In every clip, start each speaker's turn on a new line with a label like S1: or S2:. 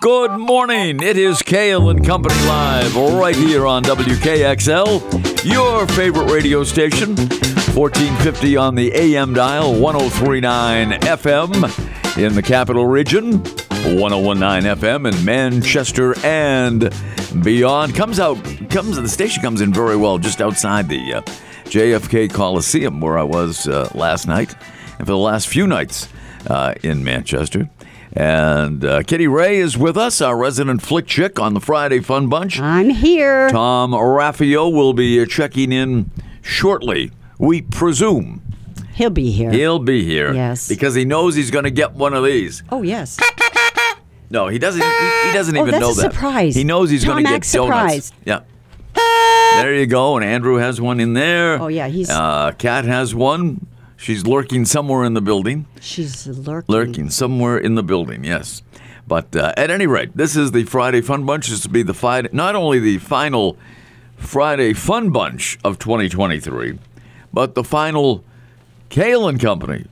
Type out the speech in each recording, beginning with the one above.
S1: Good morning. It is Kale and Company Live right here on WKXL, your favorite radio station. 1450 on the AM dial, 1039 FM in the capital region, 1019 FM in Manchester and beyond. Comes out, comes the station comes in very well just outside the uh, JFK Coliseum where I was uh, last night and for the last few nights uh, in Manchester. And uh, Kitty Ray is with us, our resident flick chick on the Friday Fun Bunch.
S2: I'm here.
S1: Tom Raffio will be uh, checking in shortly, we presume.
S2: He'll be here.
S1: He'll be here.
S2: Yes.
S1: Because he knows he's going to get one of these.
S2: Oh yes.
S1: No, he doesn't. He, he doesn't
S2: Oh,
S1: even
S2: that's
S1: know
S2: a
S1: that.
S2: surprise.
S1: He knows he's
S2: Tom
S1: going to get
S2: Act's
S1: donuts.
S2: surprise.
S1: Yeah. There you go. And Andrew has one in there.
S2: Oh, yeah, he's-
S1: Uh, Kat has one. She's lurking somewhere in the building.
S2: She's lurking.
S1: lurking somewhere in the building. Yes, but uh, at any rate, this is the Friday Fun Bunch. This will be the fi- not only the final Friday Fun Bunch of 2023, but the final Kale and Company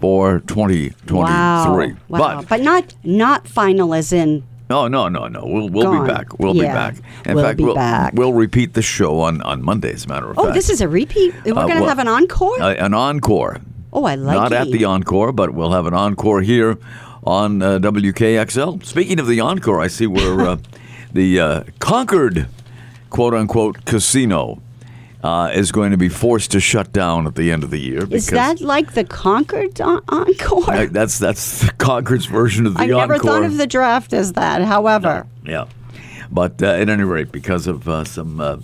S1: for 2023.
S2: Wow. wow.
S1: But,
S2: But not not final as in
S1: no, no, no, no. We'll we'll
S2: Gone.
S1: be back. We'll be
S2: Yeah.
S1: back. In
S2: We'll
S1: fact,
S2: be
S1: we'll
S2: back.
S1: we'll repeat the show on on Monday. As a matter of
S2: Oh,
S1: fact.
S2: this is a repeat. We're
S1: Uh,
S2: going to
S1: well-
S2: have an encore?
S1: Uh, an encore.
S2: Oh, I like
S1: Not at
S2: it.
S1: the encore, but we'll have an encore here on uh, WKXL. Speaking of the encore, I see where uh, the uh, Concord, quote unquote, casino uh, is going to be forced to shut down at the end of the year.
S2: is
S1: because-
S2: that like the Concord en- encore?
S1: I- that's that's Concord's version of the
S2: I
S1: encore.
S2: never thought of the draft as that. However,
S1: Yeah, but uh, at any rate, because of uh, some uh,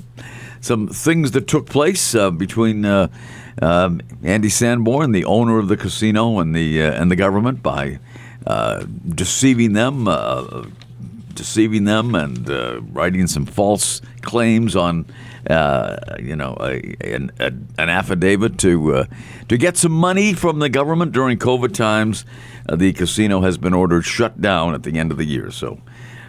S1: some things that took place uh, between uh, um, Andy Sanborn, the owner of the casino, and the uh, and the government by uh, deceiving them, uh, deceiving them, and uh, writing some false claims on. Uh, you know, a, an, a, an affidavit to uh, to get some money from the government during COVID times. Uh, the casino has been ordered shut down at the end of the year. So,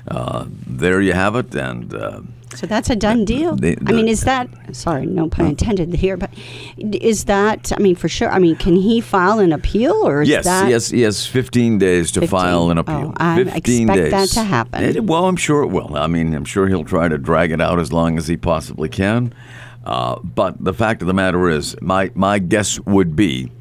S1: uh, there you have it. And uh,
S2: so that's a done deal.
S1: the-
S2: I mean,
S1: the-
S2: is that sorry, no pun intended here, but is that I mean for sure, I mean, can he file an appeal or is
S1: yes,
S2: that
S1: yes, yes. Fifteen days to
S2: 15?
S1: file an appeal.
S2: Oh, I
S1: Fifteen
S2: expect
S1: days.
S2: that to happen.
S1: It- well, I'm sure it will. I mean, I'm sure he'll try to drag it out as long as he possibly can. Uh, but the fact of the matter is, my my guess would be,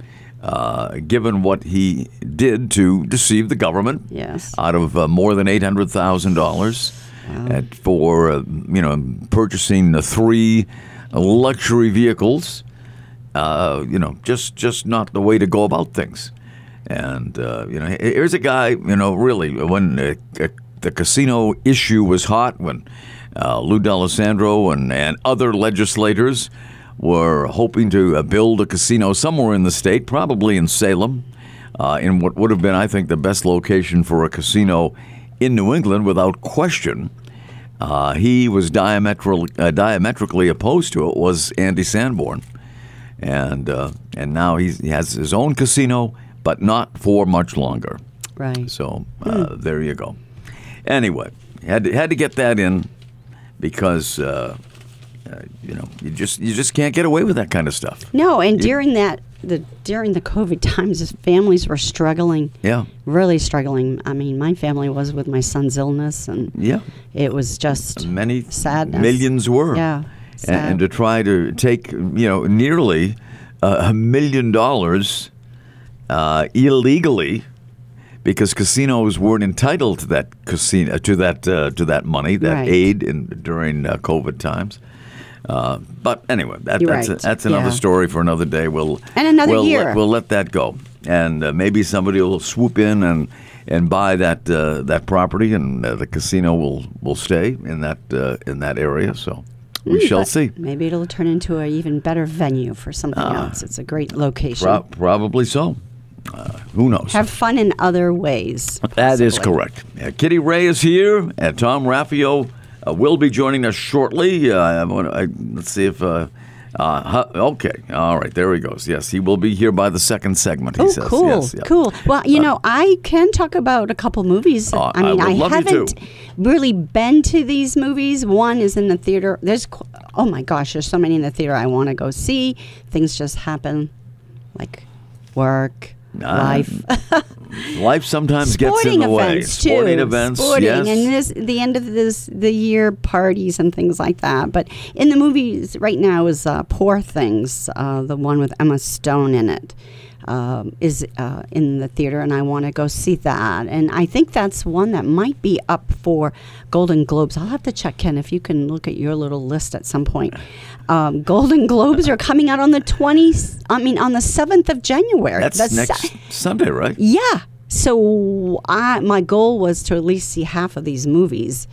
S1: uh, given what he did to deceive the government,
S2: Yes.
S1: out of uh, more than eight hundred thousand dollars at for uh, you know purchasing the three luxury vehicles. Uh, you know, just just not the way to go about things. And uh, you know, he- here's a guy. You know, really, when uh, c- the casino issue was hot, when uh, Lou D'Alessandro and and other legislators were hoping to uh, build a casino somewhere in the state, probably in Salem, uh, in what would have been, I think, the best location for a casino in New England, without question. Uh, he was diametral, uh, diametrically opposed to it. Was Andy Sanborn, and uh, and now he's, he has his own casino, but not for much longer.
S2: right?
S1: So uh,
S2: Hmm.
S1: there you go. Anyway, had to, had to get that in because uh, uh, you know you just you just can't get away with that kind of stuff.
S2: No, and during that the during the COVID times, his families were struggling.
S1: Yeah.
S2: really struggling. I mean, my family was with my son's illness, and
S1: Yeah.
S2: it was just
S1: many
S2: sadness.
S1: Mm. millions were.
S2: Yeah,
S1: A- And,
S2: sad.
S1: to try to take, you know, nearly uh, a million dollars uh, illegally because casinos weren't entitled to that casino to that uh, to that money, that
S2: Right.
S1: aid in, during uh, COVID times. Uh, but anyway, that,
S2: You're
S1: that's
S2: right.
S1: that's another
S2: Yeah.
S1: story for another day. We'll
S2: And another
S1: we'll
S2: year.
S1: Let, we'll let that go, and uh, maybe somebody will swoop in and and buy that uh, that property, and uh, the casino will will stay in that uh, in that area. So we
S2: Hmm,
S1: shall see.
S2: Mm,
S1: Ah.
S2: Maybe it'll turn into an even better venue for something else. It's a great location.
S1: Pro- probably so. Uh, who knows?
S2: Have fun in other ways.
S1: That is
S2: possibly.
S1: correct. Uh, Kitty Ray is here, and Tom Raffio uh, will be joining us shortly. Uh, I wanna, I, let's see if. Uh, uh, hu- okay, all right, there he goes. Yes, he will be here by the second segment. He
S2: Oh,
S1: says.
S2: cool,
S1: Yes, yeah.
S2: cool. Well, you know, I can talk about a couple movies.
S1: Uh,
S2: I mean,
S1: I
S2: I,
S1: would love you to.
S2: haven't really been to these movies. One is in the theater. There's, qu- oh my gosh, there's so many in the theater I want to go see. Things just happen, like work,
S1: Uh,
S2: life.
S1: Life sometimes gets in
S2: sporting
S1: the way.
S2: events too.
S1: Sporting events,
S2: Sporting,
S1: yes.
S2: and this the end of this the year parties and things like that. But in the movies right now is uh, Poor Things, uh, the one with Emma Stone in it, um, is uh, in the theater, and I want to go see that. And I think that's one that might be up for Golden Globes. I'll have to check Ken if you can look at your little list at some point. Um, Golden Globes are coming out on the twenty. I mean, on the seventh of January.
S1: That's
S2: The
S1: next
S2: se-
S1: Sunday, right?
S2: yeah. So I my goal was to at least see half of these movies.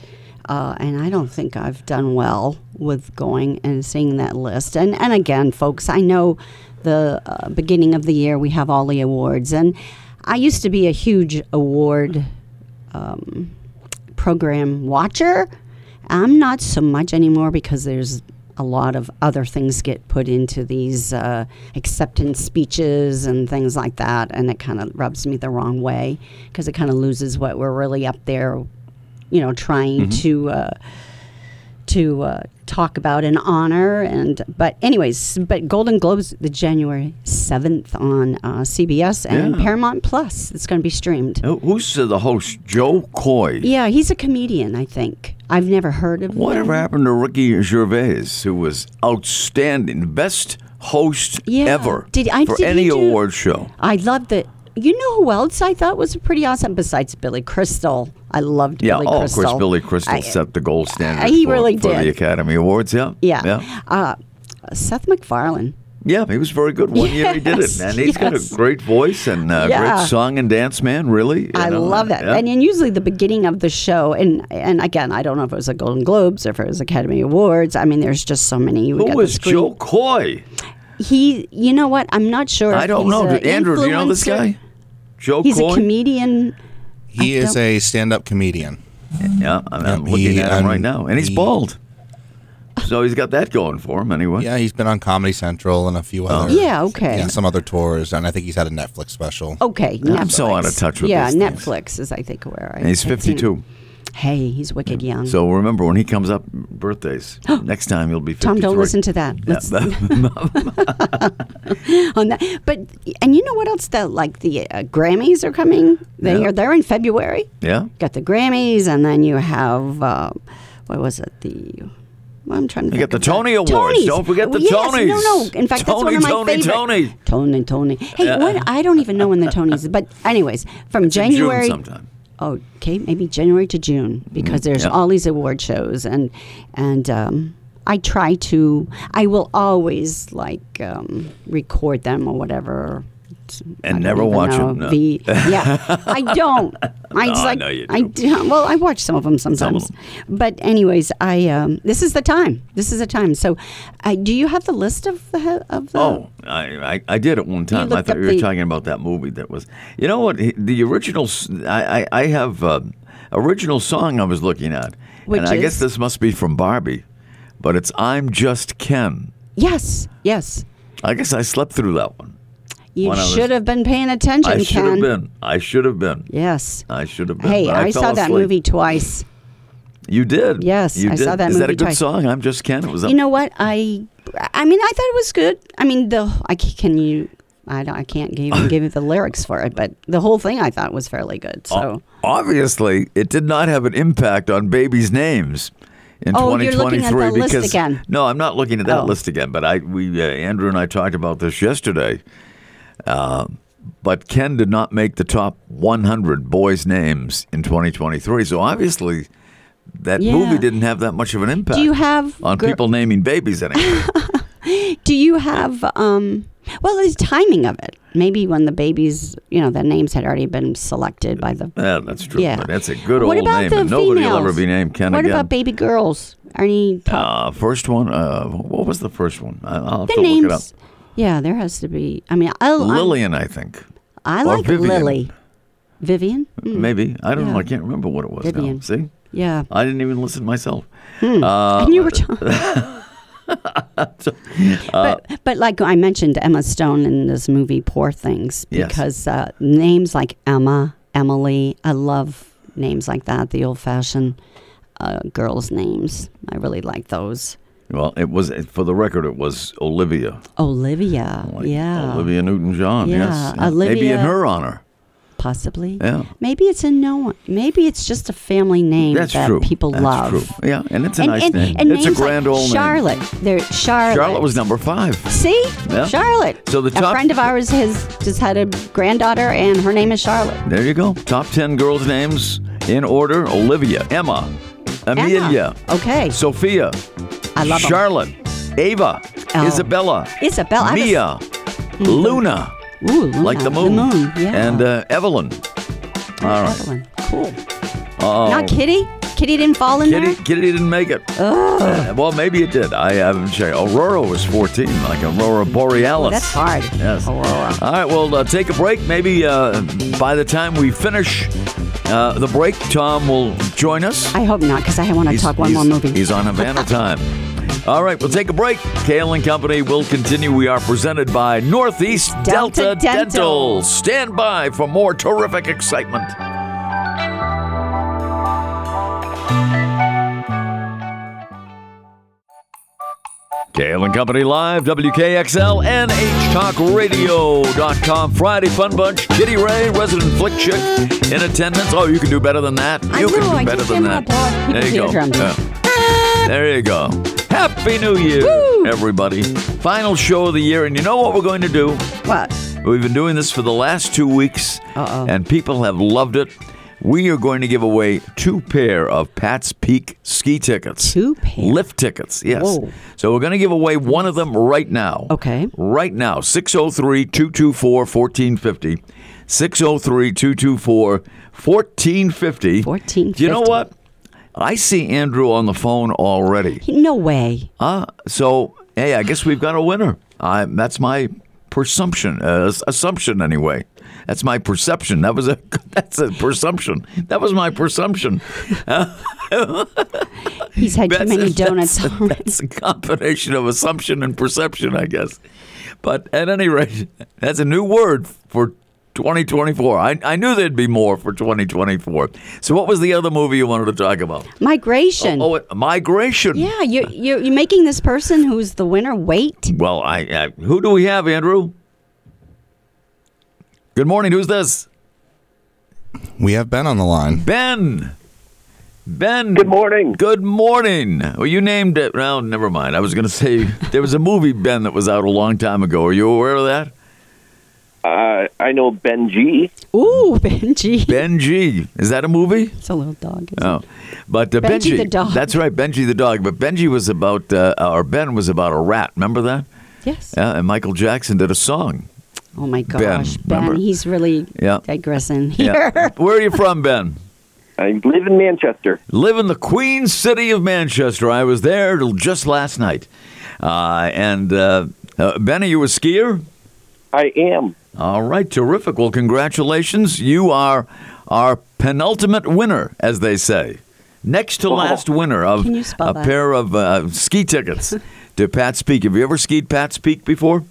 S2: Uh, and I don't think I've done well with going and seeing that list. And and again, folks, I know the uh, beginning of the year we have all the awards, and I used to be a huge award um, program watcher. I'm not so much anymore because there's a lot of other things get put into these uh, acceptance speeches and things like that, and it kind of rubs me the wrong way because it kind of loses what we're really up there, you know, trying to. Uh, to uh, talk about and honor and but anyways but golden globes the january 7th on uh, cbs and
S1: Yeah.
S2: paramount plus it's going to be streamed
S1: Who- Who's uh, the host? Joe Coy.
S2: yeah, he's a comedian, I think. I've never heard of him.
S1: Whatever happened to Ricky Gervais, who was outstanding, best host
S2: Yeah.
S1: ever
S2: Did- I-
S1: for
S2: did he
S1: any
S2: do-
S1: award show?
S2: I love the. You know who else I thought was pretty awesome besides Billy Crystal? I loved
S1: Yeah,
S2: Billy
S1: oh,
S2: Crystal.
S1: of course, Billy Crystal
S2: I-
S1: set the gold standard
S2: he
S1: for,
S2: really
S1: for the
S2: did.
S1: Academy Awards. Yeah,
S2: yeah.
S1: yeah,
S2: Uh, Seth MacFarlane.
S1: yeah. He was very good. One year he did it,
S2: Yes,
S1: and he's got
S2: yes.
S1: a great voice and a
S2: Yeah.
S1: great song and dance man. Really, you
S2: I
S1: know,
S2: love that.
S1: yeah.
S2: And then usually the beginning of the show, and and again, I don't know if it was a Golden Globes or if it was Academy Awards. I mean, there's just so many. We got
S1: who
S2: the
S1: is
S2: screen-
S1: Joe Coy?
S2: He, you know what? I'm not sure.
S1: I
S2: if
S1: don't
S2: he's
S1: know.
S2: a
S1: Andrew, do you know this
S2: influencer.
S1: guy? Joe
S2: He's
S1: Coy.
S2: a comedian.
S3: He
S2: I
S3: is
S2: don't-
S3: a stand-up comedian.
S1: Yeah, I'm, I'm
S3: Yeah,
S1: looking
S3: he,
S1: at him right
S3: um,
S1: now, and he's
S3: he-
S1: bald. So he's got that going for him, anyway.
S3: Yeah, he's been on Comedy Central and a few other.
S2: Oh. Yeah, okay. Oh.
S3: Yeah, some other tours, and I think he's had a Netflix special.
S2: Okay,
S1: I'm so
S2: Netflix.
S1: out of touch with
S2: Yeah,
S1: these things.
S2: Netflix is I think where I.
S1: And he's
S2: I've seen it.
S1: 52.
S2: Hey, he's wicked young.
S1: So remember when he comes up, birthdays. next time you'll be 53.
S2: Tom, don't listen to that. Let's,
S1: Yeah.
S2: on that. But and you know what else? That like the uh, Grammys are coming. They
S1: Yeah.
S2: are. They're in February.
S1: yeah.
S2: Got the Grammys, and then you have uh, what was it? The well, I'm trying to.
S1: You got
S2: think
S1: the
S2: of that.
S1: Tony Awards.
S2: Tonys.
S1: Don't forget the
S2: yes, No,
S1: Tonys.
S2: no. In fact, that's one
S1: Tony,
S2: of my
S1: Tony,
S2: favorite.
S1: Tony.
S2: Tony, Tony. Hey, what? I don't even know when the Tonys. But anyways, from
S1: in June
S2: January.
S1: sometime.
S2: Oh, okay, maybe January to June because there's
S1: Mm, yeah.
S2: all these award shows and and um, I try to. I will always like um, record them or whatever. I
S1: And
S2: don't
S1: never
S2: even
S1: watch
S2: know
S1: them, no.
S2: the- yeah, I don't.
S1: No,
S2: I just
S1: I
S2: like
S1: know you
S2: I
S1: do.
S2: do. Well, I watch some of them sometimes, but anyways, I um, this is the time. This is the time. So, uh, do you have the list of the of the?
S1: Oh, I, I, I did at one time. I
S2: looked
S1: thought
S2: up
S1: you were
S2: the-
S1: talking about that movie that was. You know what? The original. s- I, I, I have uh, original song I was looking at.
S2: Which
S1: and I guess
S2: is?
S1: this must be from Barbie, but it's I'm Just Ken.
S2: yes, yes.
S1: I guess I slept through that one.
S2: You
S1: When I was-
S2: should have been paying attention,
S1: I should have
S2: Ken.
S1: been. I should have been.
S2: Yes.
S1: I should have been.
S2: Hey,
S1: but
S2: I,
S1: fell
S2: saw that
S1: asleep.
S2: movie twice.
S1: You did.
S2: Yes,
S1: you
S2: I
S1: did.
S2: saw that
S1: Is that a
S2: movie
S1: good
S2: twice.
S1: song? I'm just Ken. It was.
S2: You know what? I, I mean, I thought it was good. I mean, the I c- can you, I don't, I can't even give you the lyrics for it, but the whole thing I thought was fairly good. So,
S1: obviously it did not have an impact on babies' names in
S2: Oh,
S1: 2023
S2: you're looking at the list
S1: because
S2: again.
S1: no, I'm not looking at that
S2: Oh.
S1: list again. But I, we, uh, Andrew and I talked about this yesterday. Uh, but Ken did not make the top 100 boys' names in 2023. So obviously, that
S2: Yeah.
S1: movie didn't have that much of an impact.
S2: you have
S1: Oh, on
S2: gir-
S1: people naming babies anymore?
S2: do you have? um Well, it's timing of it. Maybe when the babies, you know, the names had already been selected by the.
S1: yeah, that's true.
S2: Yeah.
S1: But that's a good
S2: what
S1: old
S2: about
S1: name,
S2: the
S1: and nobody
S2: females?
S1: will ever be named Ken
S2: What
S1: again.
S2: about baby girls? Any top,
S1: Uh, first one. Uh, what was the first one? I- I'll have
S2: the
S1: to
S2: names?
S1: look it up.
S2: Yeah, there has to be. I mean, I, I,
S1: Lillian, I think.
S2: I
S1: or
S2: like
S1: Vivian. Mm-hmm.
S2: Lily, Vivian. Mm,
S1: Maybe I don't know.
S2: Yeah.
S1: I can't remember what it was. Now.
S2: Vivian.
S1: See,
S2: yeah,
S1: I didn't even listen myself.
S2: Hmm.
S1: Um,
S2: and you were talking.
S1: Uh,
S2: but, but like I mentioned, Emma Stone in this movie, Poor Things,
S1: Yes.
S2: because uh, names like Emma, Emily, I love names like that. The old-fashioned uh, girls' names, I really like those.
S1: Well, it was for the record. It was Olivia.
S2: Olivia,
S1: Like
S2: yeah,
S1: Olivia Newton-John.
S2: Yeah,
S1: Yes. Maybe in
S2: Olivia-
S1: her honor.
S2: possibly.
S1: Yeah.
S2: Maybe it's a no one. Maybe it's just a family name
S1: That's
S2: that
S1: true.
S2: people
S1: That's
S2: love.
S1: True. Yeah, and it's a nice
S2: and,
S1: name.
S2: and
S1: it's a
S2: names
S1: grand
S2: like
S1: old name.
S2: Charlotte. There, Charlotte.
S1: Charlotte was number five.
S2: See,
S1: Yeah.
S2: Charlotte.
S1: So the
S2: a
S1: top-
S2: friend of ours has just had a granddaughter, and her name is Charlotte.
S1: There you go. Top 10 girls' names in order Olivia, Emma,
S2: Emma.
S1: Amelia,
S2: Okay.
S1: Sophia,
S2: I love 'em.
S1: Charlotte, Ava,
S2: Oh.
S1: Isabella,
S2: Isabella. I was-
S1: Mia, Luna,
S2: Ooh, Luna,
S1: like the moon,
S2: yeah.
S1: and uh, Evelyn. All right.
S2: Evelyn. Cool.
S1: Oh,
S2: Not Kitty. Kitty didn't fall in
S1: Kitty,
S2: there.
S1: Kitty didn't make it. Uh, well, maybe it did. I haven't checked. Aurora was 14, like Aurora Borealis.
S2: That's hard.
S1: Yes.
S2: Aurora.
S1: All right, well, uh, take a break. Maybe uh, by the time we finish uh, the break, Tom will join us.
S2: I hope not, because I want to talk one more movie.
S1: He's on Havana time. All right, we'll take a break. Kale and Company will continue. We are presented by Northeast Delta,
S2: Delta
S1: Dental.
S2: Dental.
S1: Stand by for more terrific excitement. Kale and Company Live, WKXL, NHTalkRadio.com. Friday Fun Bunch, Kitty Ray, resident flick chick in attendance. Oh, you can do better than that.
S2: I
S1: you
S2: know,
S1: can
S2: I
S1: do better
S2: just
S1: than
S2: came
S1: that.
S2: up with
S1: There you
S2: people's
S1: go.
S2: eardrums.
S1: Yeah. There you go. Happy New Year,
S2: Woo!
S1: everybody. Final show of the year, and you know what we're going to do?
S2: What?
S1: We've been doing this for the last two weeks,
S2: Uh-oh.
S1: and people have loved it. We are going to give away two pair of Pat's Peak ski tickets.
S2: Two pair?
S1: Lift tickets, yes.
S2: Whoa.
S1: So we're going to give away one of them right now.
S2: Okay.
S1: Right now, 603 224 1450. 603 224 1450.
S2: 1450.
S1: You know what? I see Andrew on the phone already.
S2: No way.
S1: Uh, so hey, I guess we've got a winner. I that's my presumption, uh, ass- assumption anyway. That's my perception. That was a that's a presumption. That was my presumption.
S2: He's had too
S1: That's-
S2: many
S1: that's-
S2: donuts.
S1: That's a combination of assumption and perception, I guess. But at any rate, that's a new word for 2024. I, I knew there'd be more for 2024. So, what was the other movie you wanted to talk about?
S2: Migration.
S1: Oh, it- migration.
S2: Yeah, you're, you're, you're making this person who's the winner wait.
S1: Well, I, I who do we have, Andrew? Good morning. Who's this?
S3: We have Ben on the line.
S1: Ben. Ben.
S4: Good morning.
S1: Good morning. Well, you named it. Well, never mind. I was going to say there was a movie Ben that was out a long time ago. Are you aware of that?
S4: Uh, I know Ben G.
S2: Ooh, Benji.
S1: Ben G. Is that a movie?
S2: It's a little dog. isn't
S1: Oh, but uh,
S2: Benji
S1: Benji
S2: the dog.
S1: That's right, Benji the dog. But Benji was about, uh, or Ben was about a rat. Remember that?
S2: it? Yes.
S1: Yeah. And Michael Jackson did a song.
S2: Oh my gosh, Ben,
S1: remember?
S2: he's really
S1: Yeah.
S2: digressing here.
S1: Yeah. Where are you from, Ben?
S4: I live in Manchester.
S1: live in the Queen City of Manchester. I was there till just last night. Uh, and uh, uh, Ben, are you a skier?
S4: I am.
S1: All right, terrific. Well, congratulations. You are our penultimate winner, as they say. Next to
S4: Wow.
S1: last winner of
S2: Can you spell
S1: a
S2: that?
S1: pair of uh, ski tickets to Pat's Peak. Have you ever skied Pat's Peak before?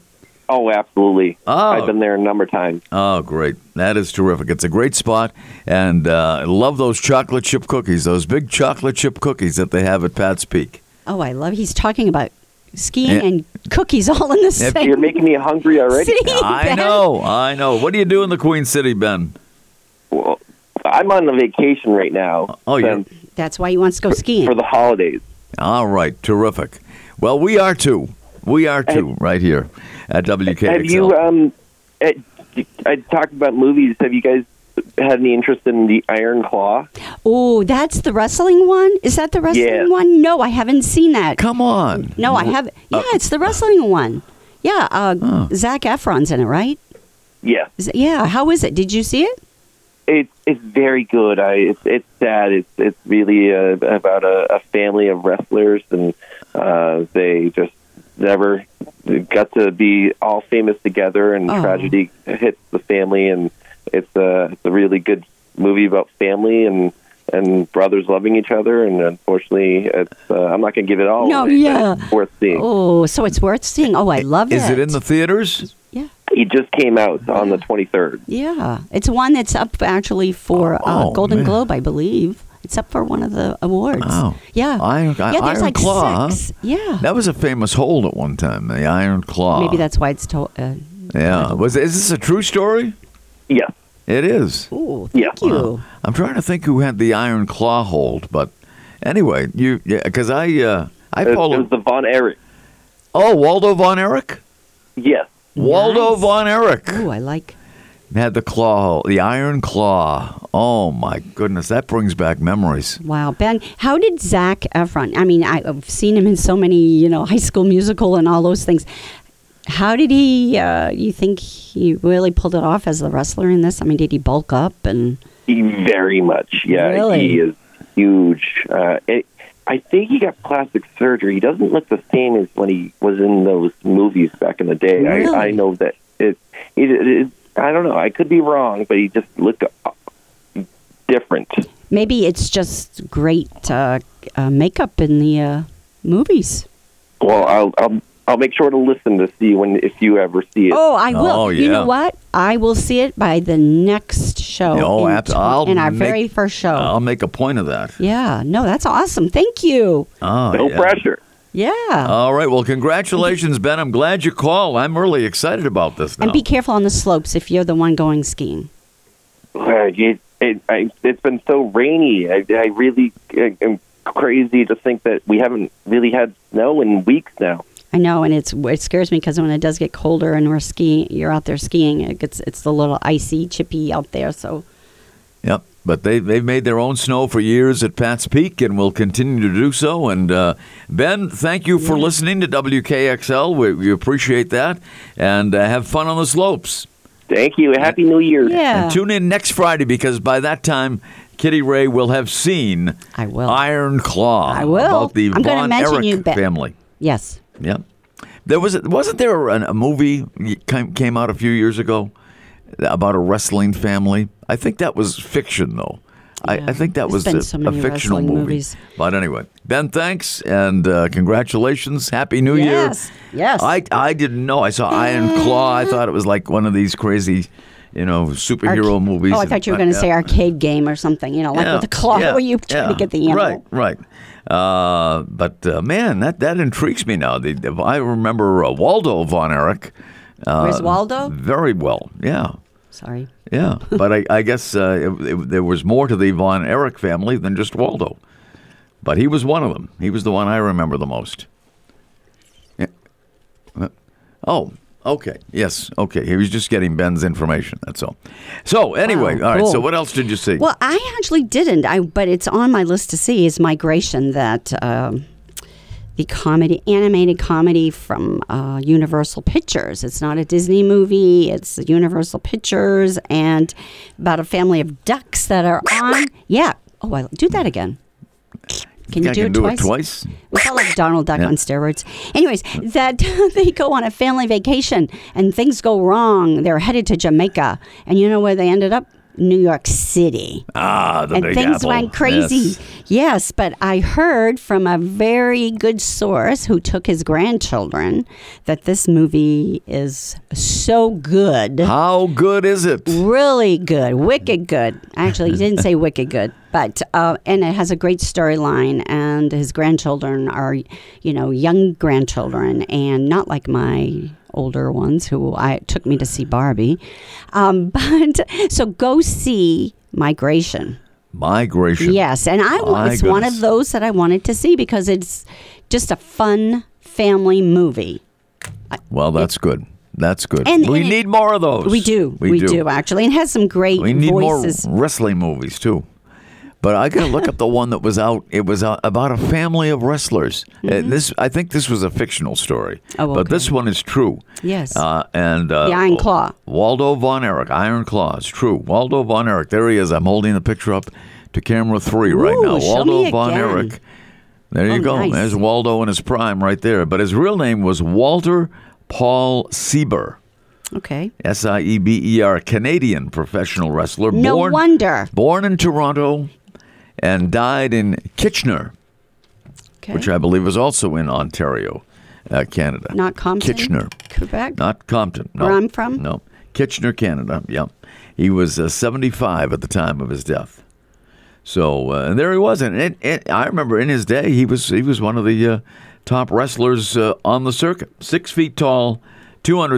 S4: Oh, absolutely.
S1: Oh.
S4: I've been there a number of times.
S1: Oh, great. That is terrific. It's a great spot. And uh, I love those chocolate chip cookies, those big chocolate chip cookies that they have at Pat's Peak.
S2: Oh, I love. He's talking about skiing
S1: Yeah.
S2: and cookies all in the same.
S4: You're making me hungry already.
S2: See,
S1: I
S2: Ben?
S1: know, I know. What do you do in the Queen City, Ben?
S4: Well, I'm on a vacation right now.
S1: Oh, you're-
S4: um,
S2: That's why he wants to go skiing.
S4: for the holidays.
S1: All right, terrific. Well, we are too. We are too right here at WKXL.
S4: Have you? Um, at, I talked about movies. Have you guys had any interest in the Iron Claw?
S2: oh, that's the wrestling one. Is that the wrestling
S4: Yeah.
S2: one? No, I haven't seen that.
S1: Come on. Uh, oh.
S2: No, I have. Yeah, it's the wrestling one. Yeah, uh, Zach Efron's in it, right?
S4: Yes.
S2: Is it- yeah. How is it? Did you see it?
S4: It's it's very good. I it's it's sad. It's it's really uh, about a, a family of wrestlers, and uh, they just never got to be all famous together. And
S2: Oh.
S4: tragedy hits the family, and it's a it's a really good movie about family and and brothers loving each other. And unfortunately, it's uh, I'm not going to give it all.
S2: No,
S4: away, but
S2: yeah.
S4: it's worth seeing.
S2: Oh, so it's worth seeing. Oh, I love
S1: Is
S2: it.
S1: it in the theaters?
S2: Yeah,
S4: It just came out on the 23rd.
S2: yeah. It's one that's up actually for uh,
S1: Oh,
S2: Golden
S1: man.
S2: Globe, I believe. It's up for one of the awards.
S1: Wow.
S2: Yeah.
S1: Iron,
S2: yeah, there's
S1: Iron
S2: like
S1: Claw. huh?
S2: six. Yeah.
S1: That was a famous hold at one time, the Iron Claw.
S2: Maybe that's why it's to- uh,
S1: Yeah. Was is this a true story?
S4: Yes.
S1: It is.
S2: Ooh,
S4: Yeah.
S2: thank you.
S1: I'm trying to think who had the iron claw hold, but anyway, you yeah, because I uh, I
S4: It, it
S1: followed.
S4: was the Von Erich.
S1: oh, Waldo von Erich.
S4: Yes.
S1: Waldo von Erich
S2: Ooh, I like.
S1: had the claw, the iron claw. Oh my goodness, that brings back memories.
S2: Wow, Ben, how did Zach Efron? I mean, I- I've seen him in so many, you know, High School Musical and all those things. How did he? Uh, you think he really pulled it off as the wrestler in this? I mean, did he bulk up and?
S4: He very much. Yeah,
S2: Really?
S4: he is huge. Uh, it, I think he got plastic surgery. He doesn't look the same as when he was in those movies back in the day.
S2: Really?
S4: I, I know that it, it, it. I don't know. I could be wrong, but he just looked uh, different.
S2: Maybe it's just great uh, uh, makeup in the uh, movies.
S4: Well, I'll, I'll I'll make sure to listen to see when if you ever see it.
S2: Oh, I will.
S1: Oh,
S2: You know
S1: yeah.
S2: what? I will see it by the next show.
S1: Oh,
S2: in,
S1: abs-
S2: tw-
S1: I'll
S2: in our
S1: make- Oh.
S2: very first show.
S1: I'll make a point of that.
S2: yeah, no, that's awesome. Thank you.
S1: Oh,
S4: no
S1: yeah.
S4: pressure.
S2: Yeah.
S1: All right. Well, congratulations, Ben. I'm glad you called. I'm really excited about this now.
S2: and be careful on the slopes if you're the one going skiing.
S4: Uh, it, it, I, it's been so rainy. I, I really am crazy to think that we haven't really had snow in weeks now.
S2: I know, and it's it scares me because when it does get colder and we're skiing, you're out there skiing. It gets it's a little icy, chippy out there. So
S1: Yep. But they, they've made their own snow for years at Pat's Peak and will continue to do so. And uh, Ben, thank you for listening to WKXL. We, we appreciate that. And uh, have fun on the slopes.
S4: Thank you. Happy New Year.
S2: yeah,
S1: And tune in next Friday because by that time, Kitty Ray will have seen
S2: I will.
S1: Iron Claw.
S2: Oh. I will.
S1: About the
S2: I'm gonna
S1: Von
S2: mention
S1: Erich
S2: you, Ben.
S1: family.
S2: yes,
S1: Yep. There was wasn't there an, a movie came, came out a few years ago about a wrestling family? I think that was fiction though. I, I
S2: Yeah.
S1: think that
S2: There's
S1: was
S2: been
S1: a,
S2: so
S1: a
S2: many
S1: fictional
S2: wrestling
S1: movie.
S2: movies.
S1: But anyway, Ben, thanks and uh, congratulations. Happy New
S2: yes,
S1: Year.
S2: yes.
S1: I I didn't know. I saw Iron Claw. I thought it was like one of these crazy, you know, superhero
S2: Arc-
S1: movies.
S2: Oh, I
S1: and-
S2: thought you were
S1: but,
S2: going to
S1: yeah.
S2: say arcade game or something. You know, like
S1: Yeah,
S2: with the claw
S1: yeah,
S2: where you try to
S1: yeah.
S2: get the animal.
S1: Right, right. Uh, but uh, man, that that intrigues me now. The, the- I remember uh, Waldo von Erich. Uh,
S2: Where's Waldo?
S1: Very well. Yeah,
S2: Sorry.
S1: yeah. but I, I guess uh, it, it, there was more to the von Erich family than just Waldo. But he was one of them. He was the one I remember the most. Yeah. Uh, Oh, okay. Yes, okay. He was just getting Ben's information. That's all. So anyway,
S2: Wow,
S1: all right. So
S2: cool.
S1: what else did you see?
S2: Well, I actually didn't. I but it's on my list to see is Migration that um, the comedy animated comedy from uh, Universal Pictures. It's not a Disney movie. It's Universal Pictures and about a family of ducks that are on. Yeah. Oh, I do that again. Can
S1: Think
S2: you
S1: I
S2: do,
S1: can
S2: it,
S1: do
S2: twice?
S1: it twice.
S2: We felt like Donald Duck
S1: Yeah.
S2: on steroids. Anyways, that they go on a family vacation and things go wrong. They're headed to Jamaica, and you know where they ended up? New York City.
S1: Ah, the
S2: and
S1: Big
S2: things
S1: Apple.
S2: went crazy.
S1: Yes.
S2: Yes. but I heard from a very good source who took his grandchildren that this movie is so good.
S1: How good is it?
S2: Mm. Really good, wicked good. Actually, he didn't say wicked good, but uh, and it has a great storyline. And his grandchildren are, you know, young grandchildren, and not like my older ones who I took me to see Barbie. Um, but so go see Migration.
S1: Migration.
S2: Yes, and I wa-
S1: Oh My
S2: it's one of
S1: goodness.
S2: those that I wanted to see because it's just a fun family movie.
S1: Well, that's good. That's good.
S2: And-
S1: we
S2: and it-
S1: need more of those.
S2: We do,
S1: We, do.
S2: actually, and it has some great
S1: We need
S2: voices.
S1: more wrestling movies too. But I gotta look up the one that was out. It was uh, about a family of wrestlers. And this, I think, this was a fictional story.
S2: Mm-hmm. Oh,
S1: But this
S2: okay.
S1: one is true.
S2: Yes.
S1: Uh, and uh,
S2: The Iron Claw.
S1: Waldo von Erich, Iron Claw. It's true. Waldo von Erich. There he is. I'm holding the picture up to camera three right
S2: Ooh,
S1: now.
S2: show
S1: Waldo
S2: me
S1: von
S2: again.
S1: Erich. There you
S2: Oh,
S1: go.
S2: nice.
S1: There's Waldo in his prime right there. But his real name was Walter Paul Sieber.
S2: okay,
S1: S I E B E R, Canadian professional wrestler.
S2: no
S1: born,
S2: wonder.
S1: Born in Toronto and died in Kitchener,
S2: Okay.
S1: which I believe is also in Ontario, uh, Canada.
S2: not Compton,
S1: Kitchener.
S2: Quebec.
S1: Not Compton. No.
S2: Where I'm from?
S1: No. Kitchener, Canada. Yep. He was uh, 75 at the time of his death. So uh, and there he was, and it, it, I remember in his day he was he was one of the uh, top wrestlers uh, on the circuit. Six feet tall,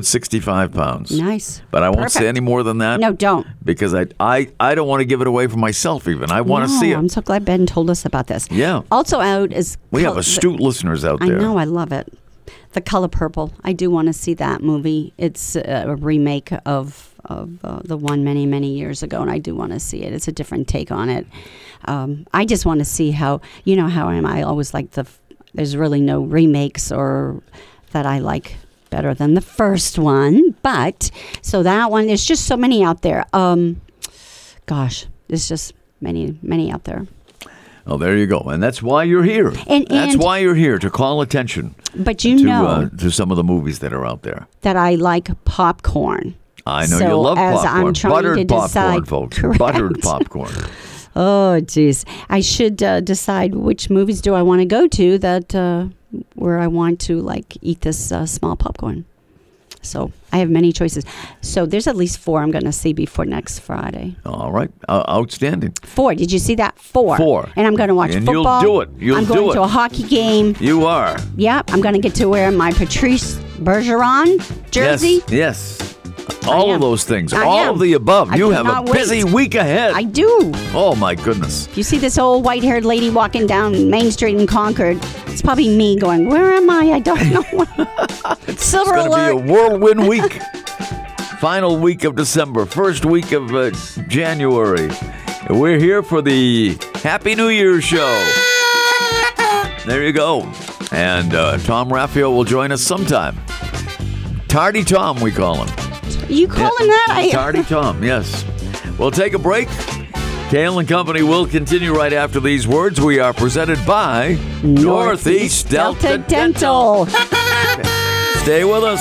S1: 265 pounds.
S2: Nice.
S1: But I won't say
S2: Perfect.
S1: any more than that.
S2: No, don't.
S1: Because I, I, I don't want to give it away for myself, even. I want to
S2: No,
S1: see it.
S2: I'm so glad Ben told us about this.
S1: Yeah.
S2: Also out is
S1: we have
S2: Col-
S1: astute listeners out
S2: I
S1: there.
S2: know, I love it. The Color Purple. I do want to see that movie. It's uh, a a remake of of uh, the one many many years ago, and I do want to see it. It's a different take on it. Um, I just want to see how you know how I am. I always like the. f- There's really no remakes or that I like better than the first one, but so that one. There's just so many out there. Um, gosh, there's just many many out there.
S1: Oh, there you go. And that's why you're here.
S2: And-
S1: that's
S2: and-
S1: why you're here, to call attention
S2: But you
S1: to,
S2: know.
S1: uh, to some of the movies that are out there.
S2: that I like popcorn.
S1: I know
S2: so
S1: you love
S2: as
S1: popcorn.
S2: I'm trying
S1: Buttered
S2: to
S1: popcorn,
S2: decide,
S1: folks.
S2: Correct.
S1: Buttered popcorn.
S2: Oh, jeez. I should uh, decide which movies do I want to go to that uh, where I want to like eat this uh, small popcorn. So I have many choices. So there's at least four I'm going to see before next Friday.
S1: All right. Uh, outstanding.
S2: Four. Did you see that? Four.
S1: Four.
S2: And I'm going to watch
S1: And you'll
S2: football.
S1: do it. You'll
S2: I'm
S1: do
S2: going
S1: it.
S2: to a hockey game.
S1: You are.
S2: Yep. I'm going to get to wear my Patrice Bergeron jersey.
S1: Yes. yes. All
S2: am.
S1: of those things.
S2: I
S1: all
S2: am.
S1: of the above.
S2: I
S1: you have a
S2: cannot wait.
S1: busy week ahead.
S2: I do.
S1: oh, my goodness.
S2: If you see this old white haired lady walking down Main Street in Concord, it's probably me going, Where am I? I don't know. Silver
S1: It's going to
S2: alert.
S1: be a whirlwind week. Final week of December, first week of uh, January. We're here for the Happy New Year show. There you go. And uh, Tom Raphael will join us sometime. Tardy Tom, we call him.
S2: you calling that? I,
S1: Tardy Tom, yes. We'll take a break. Kale and Company will continue right after these words. We are presented by Northeast Delta Dental.
S2: Dental.
S1: Stay with us.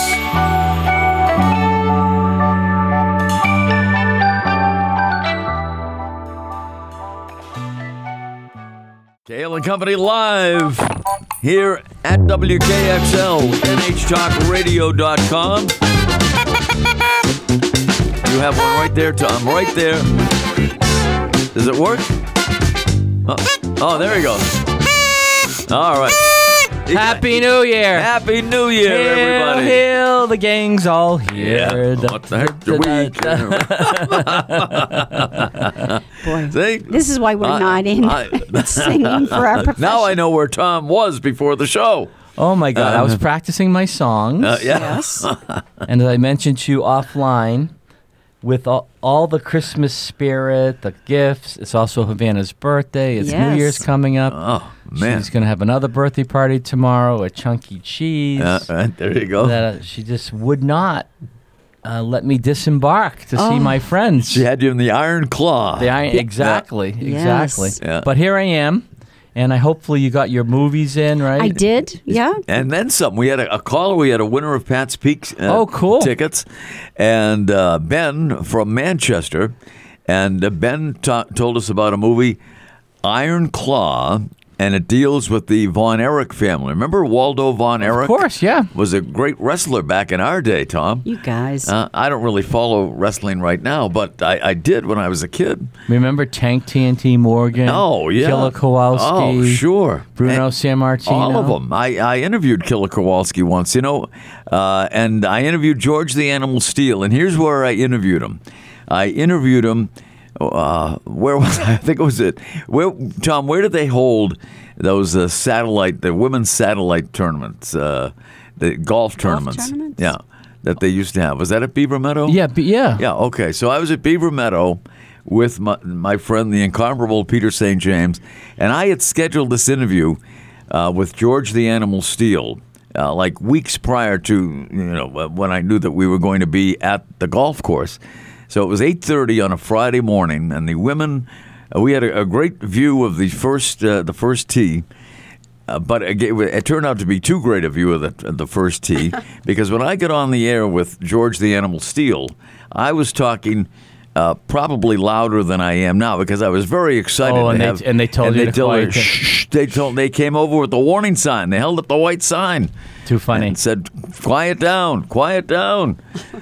S1: Kale and Company live here at WKXL, NHTalkRadio.com. You have one right there, Tom. Right there. Does it work? Oh, oh there he goes. All right.
S5: Happy New Year!
S1: Happy New Year,
S5: Hail,
S1: everybody.
S5: hail, the gang's all here.
S1: Yeah.
S5: Da-
S1: What the heck
S5: da-
S1: do
S5: da-
S1: we
S5: da-
S1: care?
S2: Boy,
S1: See?
S2: this is why we're
S1: I-
S2: not in
S1: I-
S2: singing for our profession.
S1: Now I know where Tom was before the show.
S5: Oh my god, I was practicing my songs,
S1: Uh-huh. Uh, yeah.
S2: Yes.
S5: and as I mentioned to you offline, with all, all the Christmas spirit, the gifts, it's also Havana's birthday, it's
S2: Yes.
S5: New Year's coming up.
S1: Oh, man.
S5: She's going to have another birthday party tomorrow at Chunky Cheese.
S1: Uh, uh, there you go.
S5: that uh, she just would not uh, let me disembark to see
S2: Oh.
S5: my friends.
S1: She had you in the iron claw.
S5: The iron, exactly, exactly.
S2: Yes.
S1: Yeah.
S5: But here I am, and I hopefully you got your movies in, right?
S2: I did. Yeah.
S1: And then some. We had a, a caller. We had a winner of Pat's Peak. Uh,
S5: Oh, cool.
S1: Tickets, and uh, Ben from Manchester, and uh, Ben ta- told us about a movie, Iron Claw, and it deals with the Von Erich family. Remember Waldo Von Erich?
S5: Of course, yeah.
S1: Was a great wrestler back in our day, Tom.
S2: You guys.
S1: Uh, I don't really follow wrestling right now, but I, I did when I was a kid.
S5: Remember Tank TNT Morgan?
S1: Oh, yeah.
S5: Killer Kowalski.
S1: Oh, sure.
S5: Bruno
S1: And-
S5: Sammartino.
S1: All of them. I, I interviewed Killer Kowalski once, you know, uh, and I interviewed George the Animal Steel. And here's where I interviewed him. I interviewed him. Uh, where was I? I think it was it. Where Tom? Where did they hold those uh, satellite, the women's satellite tournaments, uh, the golf, tournaments?
S2: tournaments?
S1: Yeah, that they used to have. Was that at Beaver Meadow?
S5: Yeah, but yeah.
S1: Yeah, okay. So I was at Beaver Meadow with my, my friend, the incomparable Peter St. James, and I had scheduled this interview uh, with George the Animal Steel. Uh, like weeks prior to you know when I knew that we were going to be at the golf course, so it was eight thirty on a Friday morning, and the women uh, we had a, a great view of the first uh, the first tee, uh, but it, gave- it turned out to be too great a view of the, of the first tee because when I got on the air with George the Animal Steel, I was talking uh, probably louder than I am now because I was very excited.
S5: Oh,
S1: to
S5: and they-
S1: have-
S5: and they told you to quiet
S1: her,
S5: down.
S1: "Shh." They told they came over with the warning sign. They held up the white sign
S5: Too funny.
S1: and said, "Quiet down, quiet down.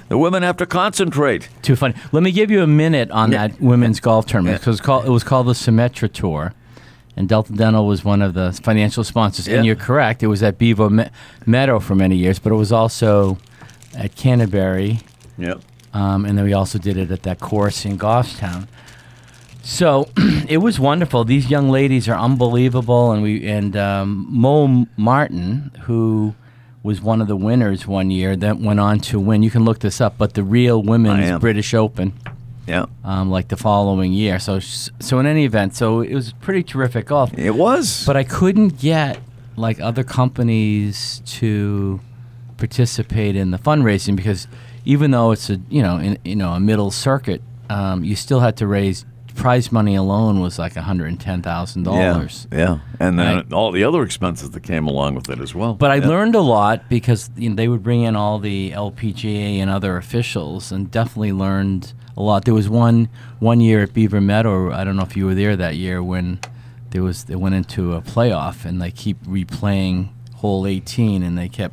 S1: The women have to concentrate."
S5: Too funny. Let me give you a minute on that women's golf tournament because it was called the Symetra Tour, and Delta Dental was one of the financial sponsors.
S1: Yeah.
S5: And you're correct; it was at Beaver Me- Meadow for many years, but it was also at Canterbury.
S1: Yep.
S5: Um, and then we also did it at that course in Goffstown. So it was wonderful. These young ladies are unbelievable, and we and um, Mo Martin, who was one of the winners one year, that went on to win. You can look this up, but the real women's
S1: am.
S5: British Open,
S1: Yeah.
S5: um, like the following year. So s- so in any event, so it was pretty terrific golf.
S1: It was.
S5: But I couldn't get like other companies to participate in the fundraising because even though it's a you know in, you know a middle circuit, um, you still had to raise prize money alone was like hundred and ten thousand
S1: yeah,
S5: dollars.
S1: yeah, and then
S5: Right.
S1: all the other expenses that came along with it as well.
S5: But I
S1: Yeah.
S5: learned a lot because you know, they would bring in all the LPGA and other officials, and definitely learned a lot. There was one one year at Beaver Meadow. I don't know if you were there that year when there was they went into a playoff and they keep replaying hole 18, and they kept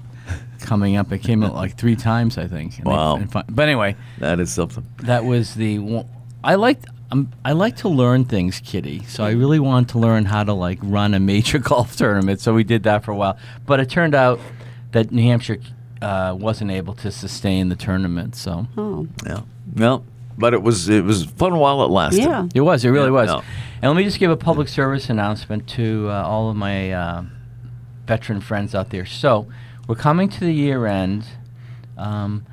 S5: coming up. It came out like three times, I think. And they-
S1: Wow.
S5: and fi- but anyway,
S1: that is something.
S5: that was the one- I liked. Um, I like to learn things, Kitty. So I really wanted to learn how to like run a major golf tournament. So we did that for a while. But it turned out that New Hampshire uh, wasn't able to sustain the tournament. So
S2: Oh,
S1: Yeah, no, but it was it was fun while it lasted.
S2: yeah.
S5: it was. It really
S1: Yeah,
S5: was.
S1: no.
S5: And let me just give a public service announcement to uh, all of my uh, veteran friends out there. So we're coming to the year end. Um,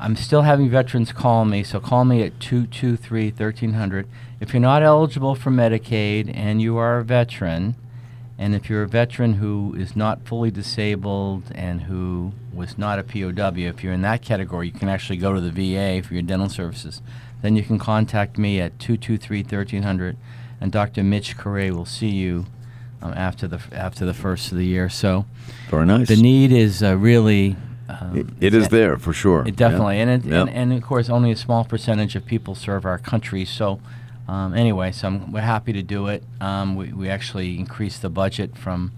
S5: I'm still having veterans call me, so call me at 223 1300. If you're not eligible for Medicaid and you are a veteran, and if you're a veteran who is not fully disabled and who was not a POW, if you're in that category, you can actually go to the VA for your dental services. Then you can contact me at 223 1300, and Dr. Mitch Correa will see you um, after, the, after the first of the year. So
S1: very nice.
S5: the need is uh, really. Um,
S1: it is there for sure.
S5: it definitely,
S1: Yeah.
S5: and, it,
S1: Yeah.
S5: and and of course, only a small percentage of people serve our country. So, um, anyway, so I'm, we're happy to do it. Um, we we actually increased the budget from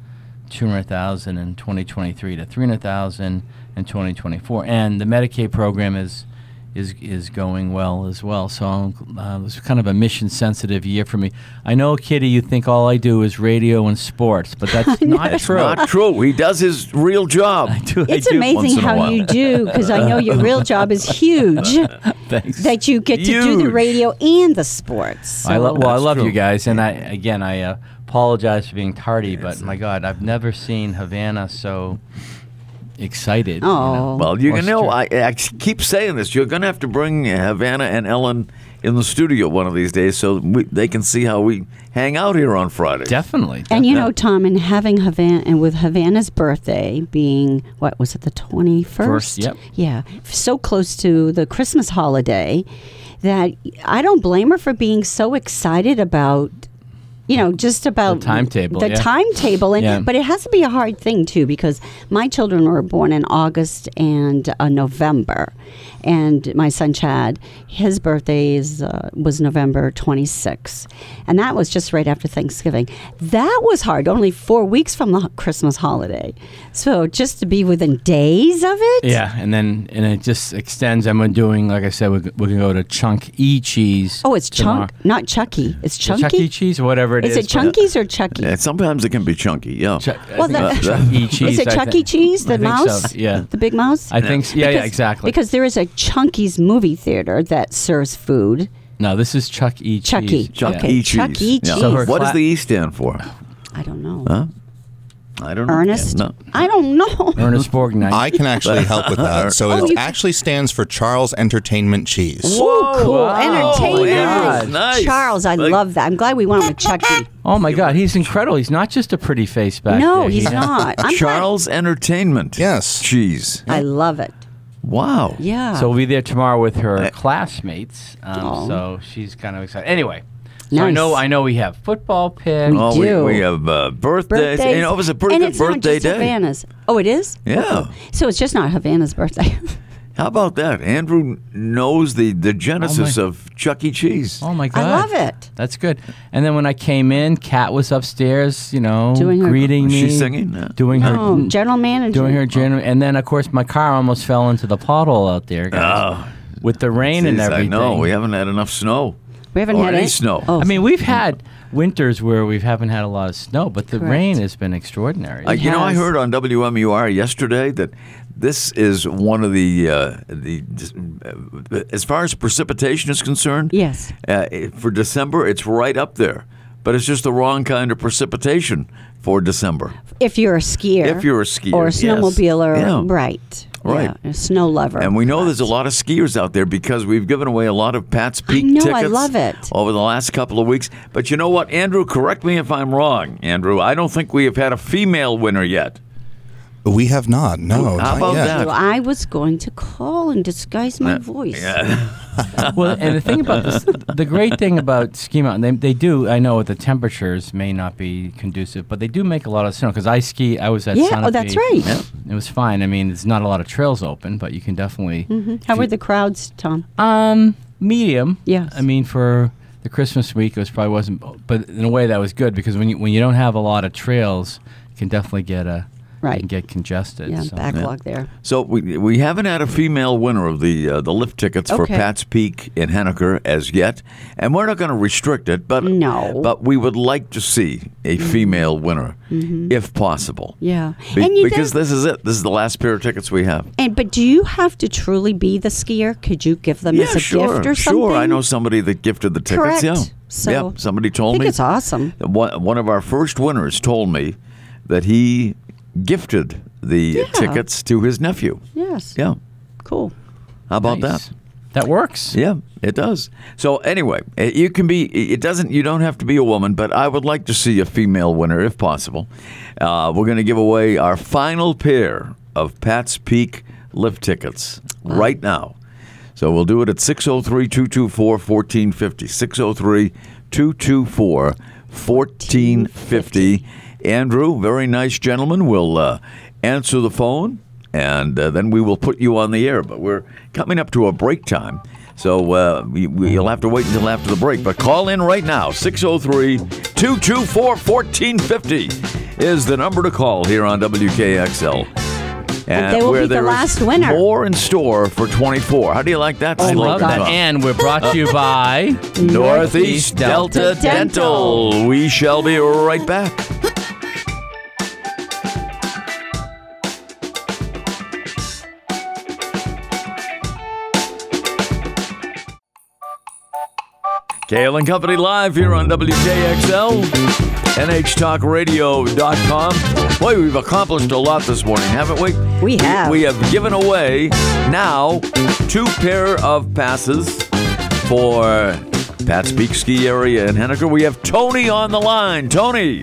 S5: two hundred thousand in 2023 to three hundred thousand in 2024, and the Medicaid program is. Is, is going well as well. So I'm, uh, it was kind of a mission sensitive year for me. I know, Kitty, you think all I do is radio and sports, but that's not
S1: That's
S5: true.
S1: not true. He does his real job.
S5: I do- I
S2: It's
S5: do-
S1: once
S2: amazing
S1: in a
S2: how
S1: while.
S2: you do, because I know your real job is huge.
S5: Thanks.
S2: that you get to do the
S1: Huge.
S2: radio and the sports. So
S5: I lo- well, I
S1: That's
S5: love
S1: true.
S5: you guys, and I again I uh, apologize for being tardy, but my God, I've never seen Havana so excited. you know.
S2: Oh.
S1: Well, you
S5: Or
S1: can know.
S5: stra-
S1: I, I keep saying this. You're going to have to bring Havana and Ellen in the studio one of these days, so we, they can see how we hang out here on Friday.
S5: definitely.
S2: and you know, Tom, and having Havana and with Havana's birthday being what was it, the twenty
S5: First,
S2: first?
S5: yep.
S2: Yeah. So close to the Christmas holiday that I don't blame her for being so excited about you know, just about
S5: The timetable,
S2: The
S5: yeah.
S2: timetable, and
S5: Yeah.
S2: but it has to be a hard thing too because my children were born in August and uh, November, and my son Chad, his birthday is, uh, was November 26, and that was just right after Thanksgiving. That was hard, only four weeks from the Christmas holiday, so just to be within days of it.
S5: yeah, and then and it just extends. I'm doing like I said, we're, g- we're gonna go to Chunk E Cheese.
S2: Oh, it's
S5: tomorrow.
S2: chunk, not Chucky. It's
S5: The Chuck E.
S2: chunky.
S5: Cheese or whatever it
S2: Is
S5: is.
S2: it
S5: but-
S2: Chunkies or Chucky?
S1: Yeah, sometimes it can be chunky. Yeah.
S5: Chuck- I
S2: Well,
S5: think
S2: the-
S5: it's Chuck E. Cheese.
S2: Is it
S5: I
S2: Chuck E.
S5: think.
S2: Cheese,
S5: I
S2: the
S5: think so,
S2: mouse?
S5: Yeah.
S2: The big mouse?
S5: I think. So. Yeah, yeah, exactly.
S2: Because there is a Chunky's movie theater that serves food.
S5: no, this is Chuck E. Cheese.
S2: Chuck E.
S1: Chuck
S5: Yeah.
S2: Okay,
S1: E.
S2: Chuck
S1: cheese.
S2: E.
S1: Yeah.
S2: Cheese. So her
S1: what does
S5: cla-
S1: the E stand for?
S2: I don't know.
S1: Huh? I don't know.
S2: Ernest?
S1: No.
S2: I don't know.
S5: Ernest Borgnine.
S3: I can actually help with that. So
S2: Oh,
S3: it
S2: you-
S3: actually stands for Charles Entertainment Cheese.
S2: Oh, cool.
S5: wow.
S2: Entertainment.
S5: Nice,
S1: nice.
S2: Charles, I
S1: Like-
S2: love that. I'm glad we went with Chucky.
S5: oh my God, he's incredible. He's not just a pretty face back
S2: No,
S5: there.
S2: he's not. I'm glad-
S1: Charles Entertainment.
S3: Yes.
S1: Cheese.
S2: I love it.
S1: Wow.
S2: Yeah.
S5: So we'll be there tomorrow with her
S1: Uh,
S5: classmates. Um,
S2: Ah. Aw.
S5: so she's kind of excited. Anyway, so I
S2: Nice.
S5: know I know we have football picks.
S1: Oh, we,
S2: do.
S1: we have uh, birthdays.
S2: birthdays.
S1: You know, it was a pretty
S2: and
S1: good
S2: it's
S1: birthday
S2: not just
S1: day.
S2: Havana's. Oh, it is?
S1: Yeah.
S2: So it's just not Havana's birthday.
S1: How about that? Andrew knows the, the genesis
S2: Oh,
S1: of Chuck E. Cheese.
S5: Oh my god,
S2: I love it.
S5: That's good. And then when I came in, Kat was upstairs, you know,
S2: Doing her-
S5: greeting
S1: Was
S5: me,
S1: she singing? No.
S5: doing her,
S2: Oh, general manager.
S5: doing her general. And then of course my car almost fell into the pothole out there, guys, with the rain and
S1: Oh. Jeez,
S5: everything.
S1: I know. We haven't had enough snow.
S2: We haven't
S1: Or
S2: had
S1: any
S2: it.
S1: snow.
S2: Oh,
S1: I
S5: I mean, we've had winters where we haven't had a lot of snow, but the
S2: Correct.
S5: rain has been extraordinary.
S1: Uh, you know, I
S2: has.
S1: heard on WMUR yesterday that this is one of the uh, the uh, as far as precipitation is concerned.
S2: Yes.
S1: uh, it- for December, it's right up there, but it's just the wrong kind of precipitation for December.
S2: if you're a skier,
S1: If you're a skier,
S2: or a
S1: yes.
S2: snowmobiler,
S1: Yeah.
S2: right,
S1: Right.
S2: yeah, a snow lover,
S1: And we know there's a lot of skiers out there because we've given away a lot of Pat's Peak
S2: know, I
S1: tickets
S2: love it.
S1: over the last couple of weeks. But you know what, Andrew? Correct me if I'm wrong, Andrew. I don't think we have had a female winner yet.
S3: We have not. No.
S1: How
S3: not
S1: about
S3: yet.
S1: that?
S2: Well, I was going to call and disguise my voice.
S5: well, and the thing about this, the great thing about ski mountain, they, they do. I know the temperatures may not be conducive, but they do make a lot of snow. Because I ski, I was at
S2: Yeah,
S5: Sunapee.
S2: oh, that's right. Yeah.
S5: It was fine. I mean, it's not a lot of trails open, but you can definitely
S2: How were the crowds, Tom?
S5: um medium.
S2: Yes.
S5: I mean for. The Christmas week it was probably wasn't, but in a way that was good because when you when you don't have a lot of trails, you can definitely get a
S2: Right.
S5: you can get congested.
S2: yeah,
S1: uh,
S5: so.
S2: backlog there.
S1: So we we haven't had a female winner of the uh, the lift tickets for
S2: Okay.
S1: Pat's Peak in Henniker as yet, and we're not going to restrict it, but
S2: No. Mm-hmm.
S1: but we would like to see a female winner if possible.
S2: Yeah,
S1: Be-
S2: and you
S1: because
S2: don't-
S1: this is it. This is the last pair of tickets we have.
S2: and but do you have to truly be the skier? Could you give them as a
S1: sure,
S2: gift or something?
S1: sure. I know somebody that gifted the tickets.
S2: Correct.
S1: Yeah,
S2: So,
S1: yeah. Somebody
S2: I
S1: told
S2: think
S1: me
S2: it's awesome.
S1: One, one of our first winners told me that he gifted the tickets to his nephew.
S2: Yes.
S1: Yeah,
S2: Cool.
S1: how about
S5: Nice.
S1: that?
S5: That works.
S1: Yeah, it does. So anyway, it, you can be. It doesn't. You don't have to be a woman, but I would like to see a female winner if possible. Uh, we're going to give away our final pair of Pat's Peak lift tickets right now. So we'll do it at 603-224-1450. 603-224-1450. Andrew, very nice gentleman, will uh, answer the phone and uh, then we will put you on the air. But we're coming up to a break time. So uh, we, we, you'll have to wait until after the break. But call in right now. 603 224 1450 is the number to call here on WKXL. And,
S2: they will
S1: where
S2: be the
S1: there is
S2: last winner.
S1: More in store for 24. How do you like that?
S5: I
S1: slogan,
S5: love that.
S1: Tom?
S5: And we're brought to you by
S1: Northeast Delta
S2: Delta Dental.
S1: Dental. We shall be right back. Kale and Company live here on WJXL, NHTalkRadio.com. Boy, we've accomplished a lot this morning, haven't we?
S2: We have.
S1: We have given away now two pair of passes for Pat's Peak Ski Area in Henniker. We have Tony on the line. Tony,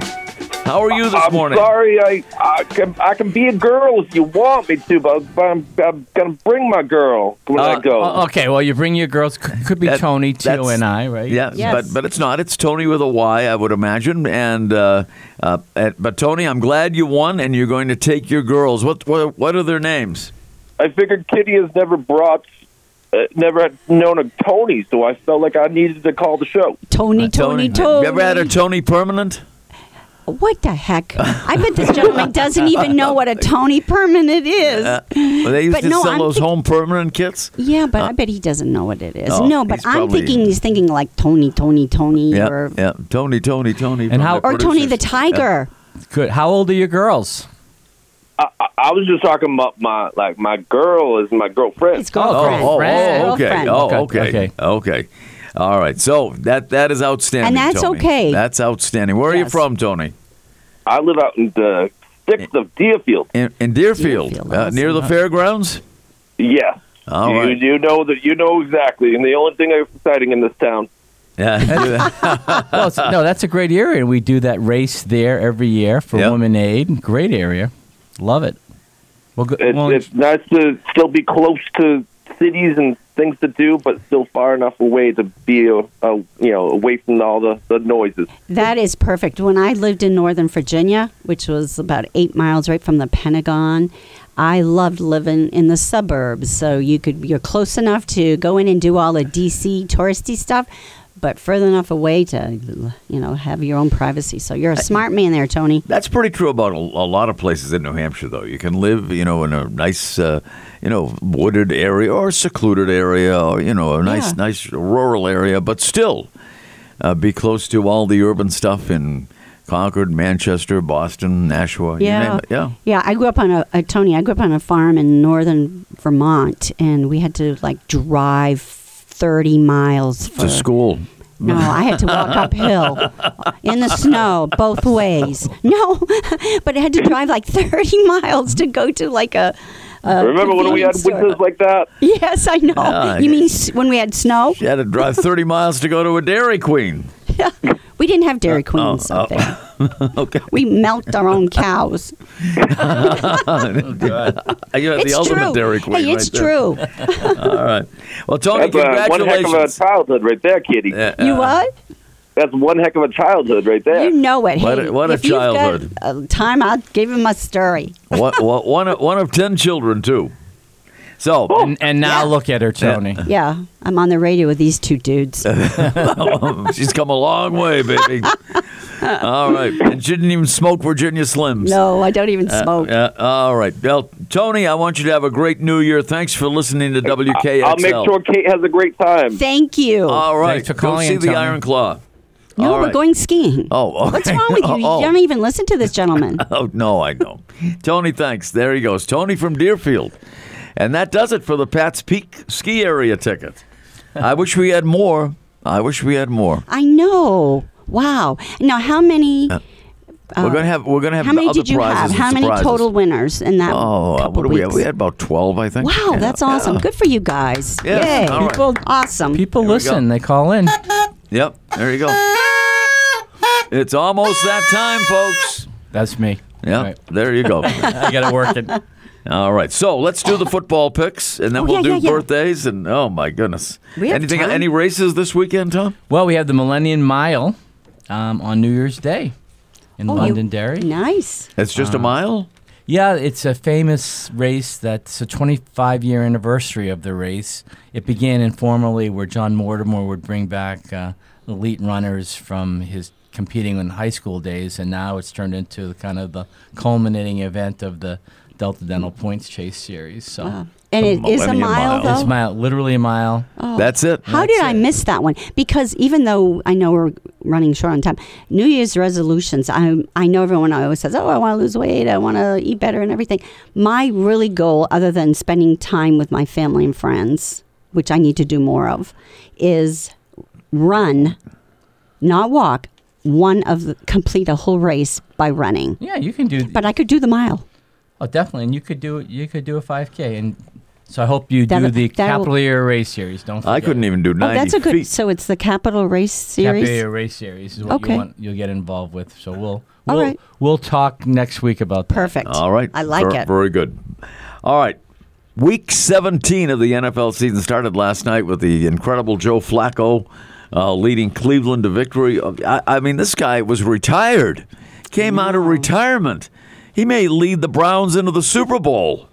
S1: how are you this
S4: I'm
S1: morning?
S4: sorry, I, I can I can be a girl if you want me to, but, but I'm, I'm gonna bring my girl when
S5: Uh,
S4: I go.
S5: o- okay, well, you bring your girls. C- could be
S1: Oh. That-
S5: Tony, Tio,
S1: that's-
S5: and I, right?
S1: Yes,
S2: Yes.
S1: but but it's not. It's Tony with a Y, I would imagine. And uh, uh, and- but Tony, I'm glad you won, and you're going to take your girls. What what, what are their names?
S4: I figured Kitty has never brought, uh, never had known a Tony, so I felt like I needed to call the show.
S2: Tony, Tony, Tony.
S1: Uh, You ever had a Tony permanent?
S2: what the heck? I bet this gentleman doesn't even know what a Tony permanent is.
S1: Well, Uh, they used
S2: But
S1: to
S2: no,
S1: sell
S2: I'm
S1: those
S2: think-
S1: home permanent kits.
S2: Yeah, but I bet he doesn't know what it is.
S1: Uh, no,
S2: no, but
S1: he's
S2: I'm
S1: probably-
S2: thinking he's thinking like Tony, Tony, Tony,
S1: Yeah,
S2: or
S1: yeah. Tony, Tony, Tony. from
S5: how-
S1: the
S2: or Tony the
S1: producers.
S2: Tiger.
S5: Good. How old are your girls?
S4: I, I, I was just talking about my like my girl is my girlfriend.
S2: His girlfriend.
S1: Oh, oh,
S5: Friend.
S1: oh, okay.
S2: Girlfriend.
S1: Oh, okay.
S5: Okay,
S1: Okay.
S5: okay.
S1: All right. So that that is outstanding.
S2: And that's
S1: Tony.
S2: okay.
S1: That's outstanding. Where are you
S2: Yes.
S1: from, Tony?
S4: I live out in the sticks of Deerfield.
S1: In, in Deerfield,
S2: Deerfield,
S1: uh, near the fairgrounds.
S4: Yes.
S1: All
S4: you,
S1: right.
S4: you know that you know exactly, and the only thing I'm exciting in this town.
S1: Yeah.
S5: well, it's- no, that's a great area. We do that race there every year for
S1: Yep.
S5: Women Aid. Great area. Love it. Well, go,
S4: It's,
S5: well,
S4: it's nice to still be close to cities and things to do, but still far enough away to be a, a, you know away from all the, the noises.
S2: That is perfect. When I lived in Northern Virginia, which was about eight miles right from the Pentagon, I loved living in the suburbs. So you could you're close enough to go in and do all the DC touristy stuff, but further enough away to you know have your own privacy. So you're a smart man there, Tony.
S1: That's pretty true about a, a lot of places in New Hampshire, though. You can live, you know, in a nice, uh, you know, wooded area or secluded area, or you know, a nice,
S2: Yeah.
S1: nice rural area, but still uh, be close to all the urban stuff in Concord, Manchester, Boston, Nashua. You name it. Yeah.
S2: Yeah, I grew up on a, uh Tony. I grew up on a farm in northern Vermont, and we had to like drive thirty miles for
S1: To school.
S2: No, I had to walk uphill in the snow both ways. No, but I had to drive like 30 miles to go to like a. a
S4: Remember when we had
S2: convenience store.
S4: winters like that?
S2: Yes, I know.
S1: Yeah,
S2: you
S1: I-
S2: mean s- when we had snow?
S1: She had to drive 30 miles to go to a Dairy Queen.
S2: We didn't have Dairy Queens up there.
S1: Uh, oh, Okay.
S2: We milked our own cows.
S1: You had
S2: It's
S1: the ultimate
S2: true.
S1: Dairy Queen.
S2: hey, it's
S1: right there.
S2: true.
S1: All right. Well, Tony,
S4: That's uh, one heck of a
S1: congratulations.
S4: childhood right there, Kitty.
S1: Yeah,
S2: you
S1: uh,
S2: what?
S4: That's one heck of a childhood right there.
S2: You know it.
S1: What a-
S2: Hey,
S1: what a
S2: if you've got,
S1: childhood.
S2: uh, time, I'll give him a story.
S1: what, what, one, of- one of 10 children, too. So,
S5: And, and now look at her, Tony.
S2: Yeah, I'm on the radio with these two dudes.
S1: she's come a long way, baby. All right. And she didn't even smoke Virginia Slims.
S2: no, I don't even smoke.
S1: Uh, all right. Well, Tony, I want you to have a great new year. Thanks for listening to WKXL.
S4: I'll make sure Kate has a great time.
S2: Thank you.
S1: All right.
S5: Thanks for
S1: Go
S5: calling
S1: see
S5: in,
S1: the
S5: Tony.
S1: Iron Claw.
S2: no,
S1: all
S2: we're
S1: right.
S2: going skiing.
S1: Oh, okay.
S2: What's wrong with you?
S1: Oh,
S2: You don't even listen to this gentleman.
S1: Oh, no, I know. Tony, thanks. There he goes. Tony from Deerfield. And that does it for the Pat's Peak ski area ticket. I wish we had more. I wish we had more.
S2: I know. Wow. Now, how many?
S1: we're gonna have we're gonna have
S2: Uh, how many
S1: Uh, other
S2: did you
S1: prizes
S2: have?
S1: and
S2: How many
S1: surprises.
S2: total winners in that
S1: Oh, uh,
S2: couple
S1: what do we have?
S2: weeks?
S1: We had about twelve, I think.
S2: Wow,
S1: Yeah.
S2: that's awesome. Good for you guys.
S1: Yeah,
S2: Yay.
S1: all right.
S5: People,
S2: Awesome.
S5: people
S1: Here we
S5: listen.
S1: go.
S5: They call in.
S1: Yep, there you go. It's almost that time, folks.
S5: That's me.
S1: Yeah,
S5: Right.
S1: there you go.
S5: I got to work it.
S1: All right, so let's do the football picks, and then
S2: Oh,
S1: we'll
S2: yeah,
S1: do
S2: yeah, yeah.
S1: birthdays, and oh my goodness,
S2: We have
S1: anything?
S2: time.
S1: Any races this weekend, Tom?
S5: Well, we have the Millennium Mile um, on New Year's Day in
S2: Oh, you-
S5: Londonderry.
S2: Nice.
S1: It's just a mile.
S5: Yeah, it's a famous race that's a 25 year anniversary of the race. It began informally where John Mortimer would bring back uh, elite runners from his competing in high school days, and now it's turned into kind of the culminating event of the Delta Dental Points Chase series. So
S2: And it is a
S1: Millennium
S2: mile,
S1: Mile.
S2: though.
S5: it's mile, literally a mile.
S2: Oh.
S1: That's it.
S2: How did I miss that one? Because even though I know we're running short on time, New Year's resolutions, I I know everyone always says, "Oh, I want to lose weight, I want to eat better and everything." My really goal other than spending time with my family and friends, which I need to do more of, is run, not walk, one of the, complete a whole race by running.
S5: Yeah, you can do.
S2: But I could do the mile.
S5: oh, definitely, and you could do you could do a 5K, and so I hope you
S2: That-
S5: do the
S2: that'll-
S5: Capital Year Race series. Don't forget.
S1: I couldn't even do
S2: Oh,
S1: ninety
S2: that's a good.
S1: feet.
S2: So it's the capital race series.
S5: Cafe Race Series is what
S2: Okay.
S5: you want, you'll get involved with. So we'll
S2: All
S5: we'll,
S2: right.
S5: we'll talk next week about that.
S2: Perfect.
S1: All right,
S2: I like
S1: Ver-
S2: it.
S1: Very good. All right. Week 17 of the NFL season started last night with the incredible Joe Flacco uh, leading Cleveland to victory. I, I mean, this guy was retired, came out of retirement. He may lead the Browns into the Super Bowl.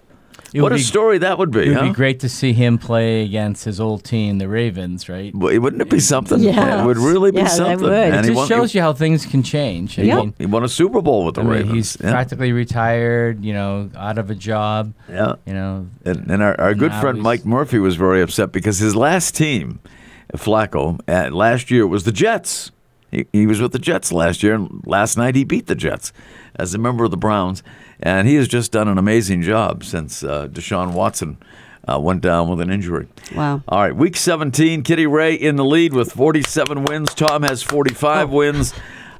S5: It
S1: what
S5: would
S1: a
S5: be,
S1: story that would be,
S5: It would
S1: huh?
S5: be great to see him play against his old team, the Ravens, right?
S1: Well, Wouldn't it be something?
S2: Yeah.
S1: It would really be
S2: Yeah, that
S1: something.
S2: would.
S1: And
S5: It
S1: he
S5: just
S1: won,
S5: shows you how things can change. I
S1: he,
S2: Yep.
S1: won,
S5: mean,
S1: he won a Super Bowl with the
S5: I mean,
S1: Ravens.
S5: he's
S1: yeah.
S5: practically retired, you know, out of a job.
S1: Yeah.
S5: You know,
S1: And, and our, our good
S5: Now
S1: friend
S5: he's-
S1: Mike Murphy was very upset because his last team, Flacco, uh, last year was the Jets. He, he was with the Jets last year, and last night he beat the Jets as a member of the Browns. And he has just done an amazing job since uh, Deshaun Watson uh, went down with an injury.
S2: Wow.
S1: All right, week 17, Kitty Ray in the lead with 47 wins. Tom has 45
S2: Oh.
S1: wins.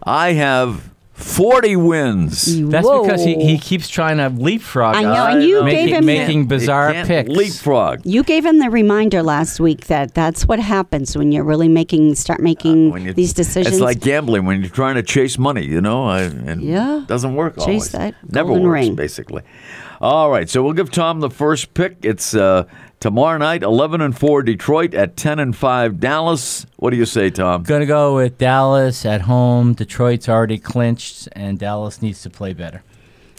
S1: I have 40 wins.
S5: that's because he,
S2: Whoa.
S5: he keeps trying to leapfrog.
S2: I know,
S5: us,
S2: and you
S5: making,
S2: gave him the-
S5: making bizarre
S1: Can't
S5: picks.
S1: Leapfrog.
S2: You gave him the reminder last week that that's what happens when you're really making start making
S1: Uh, when you-
S2: these decisions.
S1: It's like gambling when you're trying to chase money, you know, I- and
S2: Yeah.
S1: it doesn't work
S2: Chase
S1: always.
S2: that
S1: Never
S2: golden
S1: works
S2: ring.
S1: basically. All right, so we'll give Tom the first pick. It's uh, tomorrow night, eleven and four Detroit at ten and five Dallas. What do you say, Tom?
S5: Gonna go with Dallas at home. Detroit's already clinched, and Dallas needs to play better.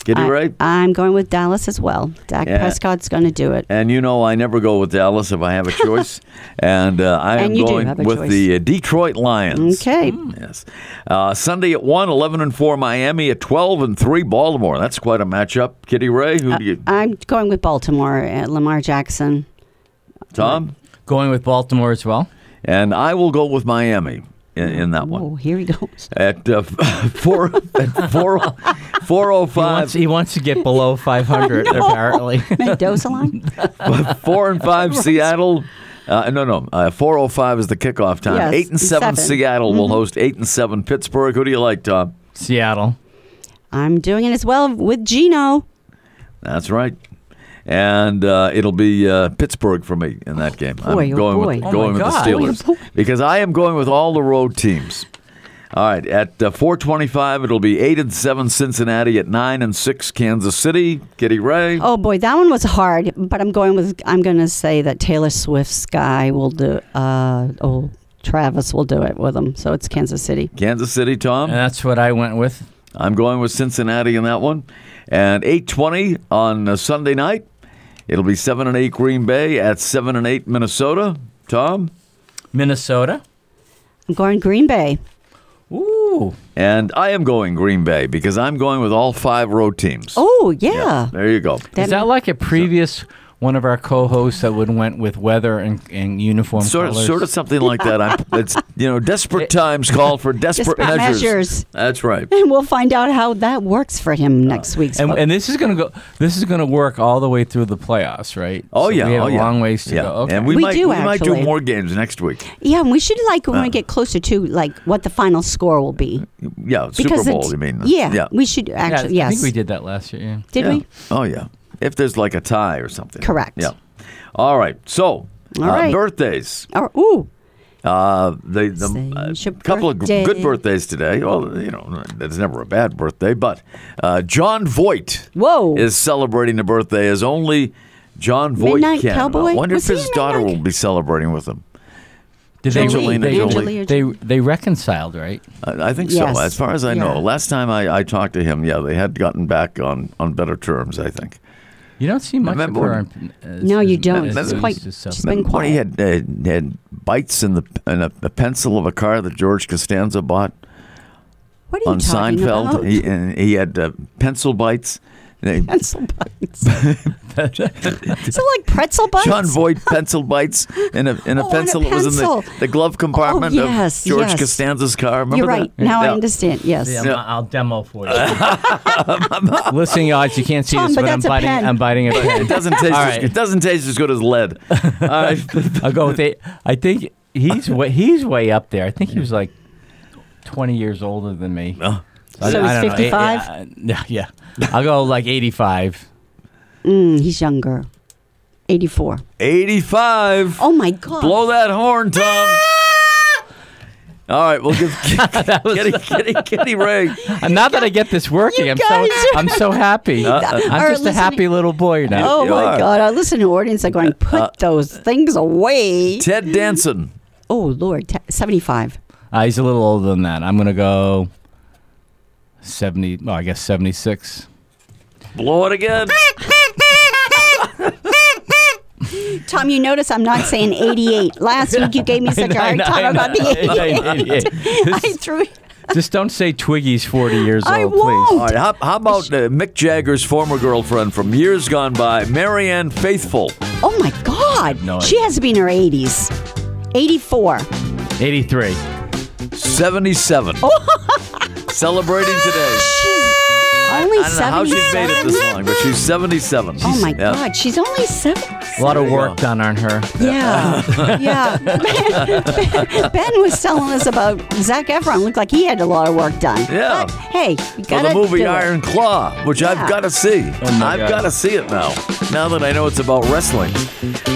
S1: Get it
S2: I,
S1: right.
S2: I'm going with Dallas as well. Dak
S1: Yeah.
S2: Prescott's going to do it.
S1: and you know I never go with Dallas if I have a choice, and uh, I
S2: And
S1: am
S2: you do
S1: going
S2: have a
S1: with
S2: choice.
S1: the uh, Detroit Lions. Hmm,
S2: Okay.
S1: Yes. Uh, Sunday at 1, 11 and 4 Miami, at 12 and 3 Baltimore. That's quite a matchup. Kitty Ray,
S2: Uh,
S1: who do you,
S2: I'm going with Baltimore at Lamar Jackson.
S1: Tom?
S5: Going with Baltimore as well.
S1: And I will go with Miami. in, in that one.
S2: Oh, here he goes.
S1: At uh, four at four four oh
S5: He wants,
S1: five
S5: he wants to get below 500, apparently.
S2: Mendoza line?
S1: four and five Seattle. Uh, no, no. Uh, 405 is the kickoff time.
S2: Yes,
S1: 8 and 7,
S2: seven.
S1: Seattle will host 8 and 7 Pittsburgh. Who do you like, Tom?
S5: Seattle.
S2: I'm doing it as well with Gino.
S1: That's right. And uh, it'll be uh, Pittsburgh for me in that game.
S2: boy,
S1: I'm
S2: oh,
S1: going
S2: boy.
S1: with
S2: Oh,
S1: going with
S5: my
S1: the
S5: God.
S2: Oh, boy.
S1: Steelers because I am going with all the road teams. All right, at uh, 4:25 it'll be 8 and 7 Cincinnati at 9 and 6 Kansas City. Kitty Ray.
S2: Oh boy, that one was hard. But I'm going with. I'm going to say that Taylor Swift's "Sky" will do. Uh, oh, Travis will do it with him. So it's Kansas City.
S1: Kansas City, Tom.
S5: And that's what I went with.
S1: I'm going with Cincinnati in that one. And 8:20 on uh, Sunday night, it'll be 7 and 8 Green Bay at 7 and 8 Minnesota. Tom.
S5: Minnesota.
S2: I'm going Green Bay.
S5: Ooh.
S1: And I am going Green Bay because I'm going with all five road teams.
S2: Oh yeah.
S1: There you go.
S5: Is that like a previous one of our co-hosts that would went with weather and, and uniform
S1: Sort of,
S5: colors?
S1: sort of something like that. I'm, it's you know, desperate times call for desperate,
S2: Desperate measures.
S1: That's right.
S2: And we'll find out how that works for
S1: Uh,
S2: him next week's.
S5: And,
S2: vote.
S5: and this is gonna go. This is gonna work all the way through the playoffs, right?
S1: Oh
S5: So
S1: yeah,
S5: we have
S1: oh,
S5: a
S1: yeah.
S5: long ways to
S1: yeah.
S5: go. Okay.
S1: And we,
S2: We
S1: might
S2: do,
S1: we might do
S2: actually.
S1: more games next week.
S2: yeah, and we should like
S1: Uh.
S2: when we get closer to like what the final score will be.
S1: Yeah, Super Bowl.
S2: it's-
S1: You mean?
S2: Yeah,
S1: Yeah.
S2: We should
S5: yeah,
S2: actually.
S5: I
S2: yes.
S5: think we did that last year. Yeah.
S2: Did
S1: Yeah.
S2: we?
S1: Oh yeah. If there's like a tie or something.
S2: Correct.
S1: Yeah. All right. So
S2: All
S1: uh,
S2: right.
S1: birthdays.
S2: Or ooh,
S1: Uh, the
S2: Say
S1: the
S2: your
S1: uh, couple of g-
S2: birthday.
S1: good birthdays today. Well, you know, it's never a bad birthday, but uh, John Voight
S2: Whoa.
S1: is celebrating a birthday as only John Voight
S2: Midnight
S1: can.
S2: Cowboy?
S1: I wonder
S2: Was
S1: if
S2: he
S1: his
S2: in
S1: daughter
S2: Midnight?
S1: will be celebrating with him.
S5: Did
S1: Angelina
S5: they,
S1: Jolie.
S5: They, they they reconciled, right?
S1: I, I think
S2: Yes.
S1: so. As far as I know,
S2: Yeah.
S1: last time I, I talked to him, yeah, they had gotten back on on better terms. I think.
S5: You don't see much of
S1: Remember
S5: her.
S1: when-
S5: in- as-
S2: No, you
S5: as-
S2: don't.
S5: as
S1: It's
S5: we
S2: quite-
S5: used to sell.
S2: she's been
S1: When he had uh, had bites in the in a, a pencil of a car that George Costanza bought
S2: what are you
S1: on
S2: talking
S1: Seinfeld.
S2: about?
S1: He and he had uh, pencil bites. They-
S2: Pencil bites. so like pretzel bites.
S1: John Voight pencil bites and a and a
S2: Oh, and a
S1: pencil that was in
S2: pencil. Oh,
S1: the, the glove compartment
S2: yes,
S1: of George
S2: yes.
S1: Costanza's car. Remember
S2: You're
S1: that?
S2: right. Now I
S1: Yeah.
S2: understand. Yes.
S5: Yeah, I'll- I'll demo for you. Listening, odds, you can't see
S2: Tom,
S5: this,
S2: but
S5: but, I'm
S2: that's a
S5: biting.
S2: pen.
S5: I'm biting a pen.
S1: It doesn't taste.
S5: All
S1: as,
S5: right.
S1: it doesn't taste as good as lead. All right.
S5: I'll go with eight. I think he's way, he's way up there. I think he was like 20 years older than me.
S1: Oh.
S5: I-
S2: So
S5: I
S2: he's
S5: don't know, eight-
S2: 55?
S5: uh, Yeah, yeah. I'll go like 85.
S2: Mm, he's younger. 84.
S1: 85.
S2: Oh my God.
S1: Blow that horn, Tom. All right, we'll give Kitty, Kitty, Kitty Ray.
S5: And uh, now that I get this working,
S2: You
S5: I'm
S2: guys
S5: so
S2: are-
S5: I'm so happy. I'm
S2: are
S5: just a happy
S2: listening-
S5: little boy now.
S2: Oh
S1: You
S2: my
S1: are. Uh,
S2: God. Our listening audience are going, put those things away.
S1: Ted Danson.
S2: oh, Lord. Te- 75.
S5: Uh, he's a little older than that. I'm gonna go 70. Well, I guess 76.
S1: Blow it again.
S2: Tom, you notice I'm not saying 88. Last week you gave me such a hard time about the 88.
S5: 88.
S2: I threw it.
S5: Just don't say Twiggy's 40 years
S2: I
S5: old,
S1: All
S2: won't.
S1: right, how, how about uh, Mick Jagger's former girlfriend from years gone by, Marianne Faithful?
S2: Oh my God.
S5: No
S2: she
S5: idea.
S2: has to be in her 80s. 84.
S5: please. 83.
S1: 77.
S2: Oh.
S1: Celebrating today.
S2: Only
S1: I don't know how she's made it
S2: 77?
S1: this long, but she's 77.
S2: Oh my
S1: Yeah.
S2: God, she's only seven.
S5: A lot of
S1: you
S5: work
S1: go.
S5: done on her.
S2: Yeah, yeah. Ben, ben was telling us about Zach Efron. Looked like he had a lot of work done.
S1: Yeah.
S2: But, hey, you
S1: For
S2: gotta
S1: the movie
S2: do it.
S1: Iron Claw, which I've
S2: Yeah.
S1: got to see.
S5: Oh my
S1: I've
S5: God.
S1: got to see it now. Now that I know it's about wrestling.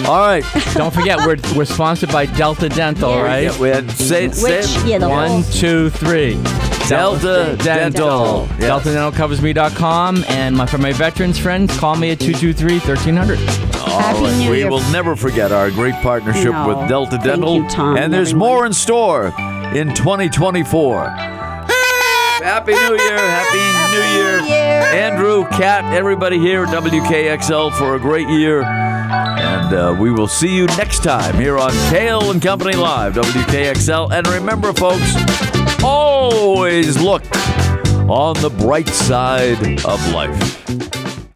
S1: All right.
S5: Don't forget, we're, we're sponsored by Delta Dental,
S2: Yeah.
S5: right?
S1: Yeah, we had say,
S2: Which
S1: say
S2: yeah, the
S5: One,
S2: whole
S5: two, three.
S1: Delta
S5: Dental.
S1: Dental. Yes.
S5: DeltaDentalCoversMe.com. And my, for my veterans friends, call me at 223 1300.
S1: All
S2: Happy
S1: right.
S2: New
S1: Oh, we
S2: Year.
S1: will never forget our great partnership
S2: No.
S1: with Delta
S2: Thank
S1: Dental.
S2: you, Tom,
S1: and there's
S2: everyone.
S1: more in store in 2024. Happy New Year. Happy, New Year.
S2: Year.
S1: Andrew, Kat, everybody here at WKXL for a great year. And uh, we will see you next time here on Kale and Company Live, WKXL. And remember, folks, always look on the bright side of life.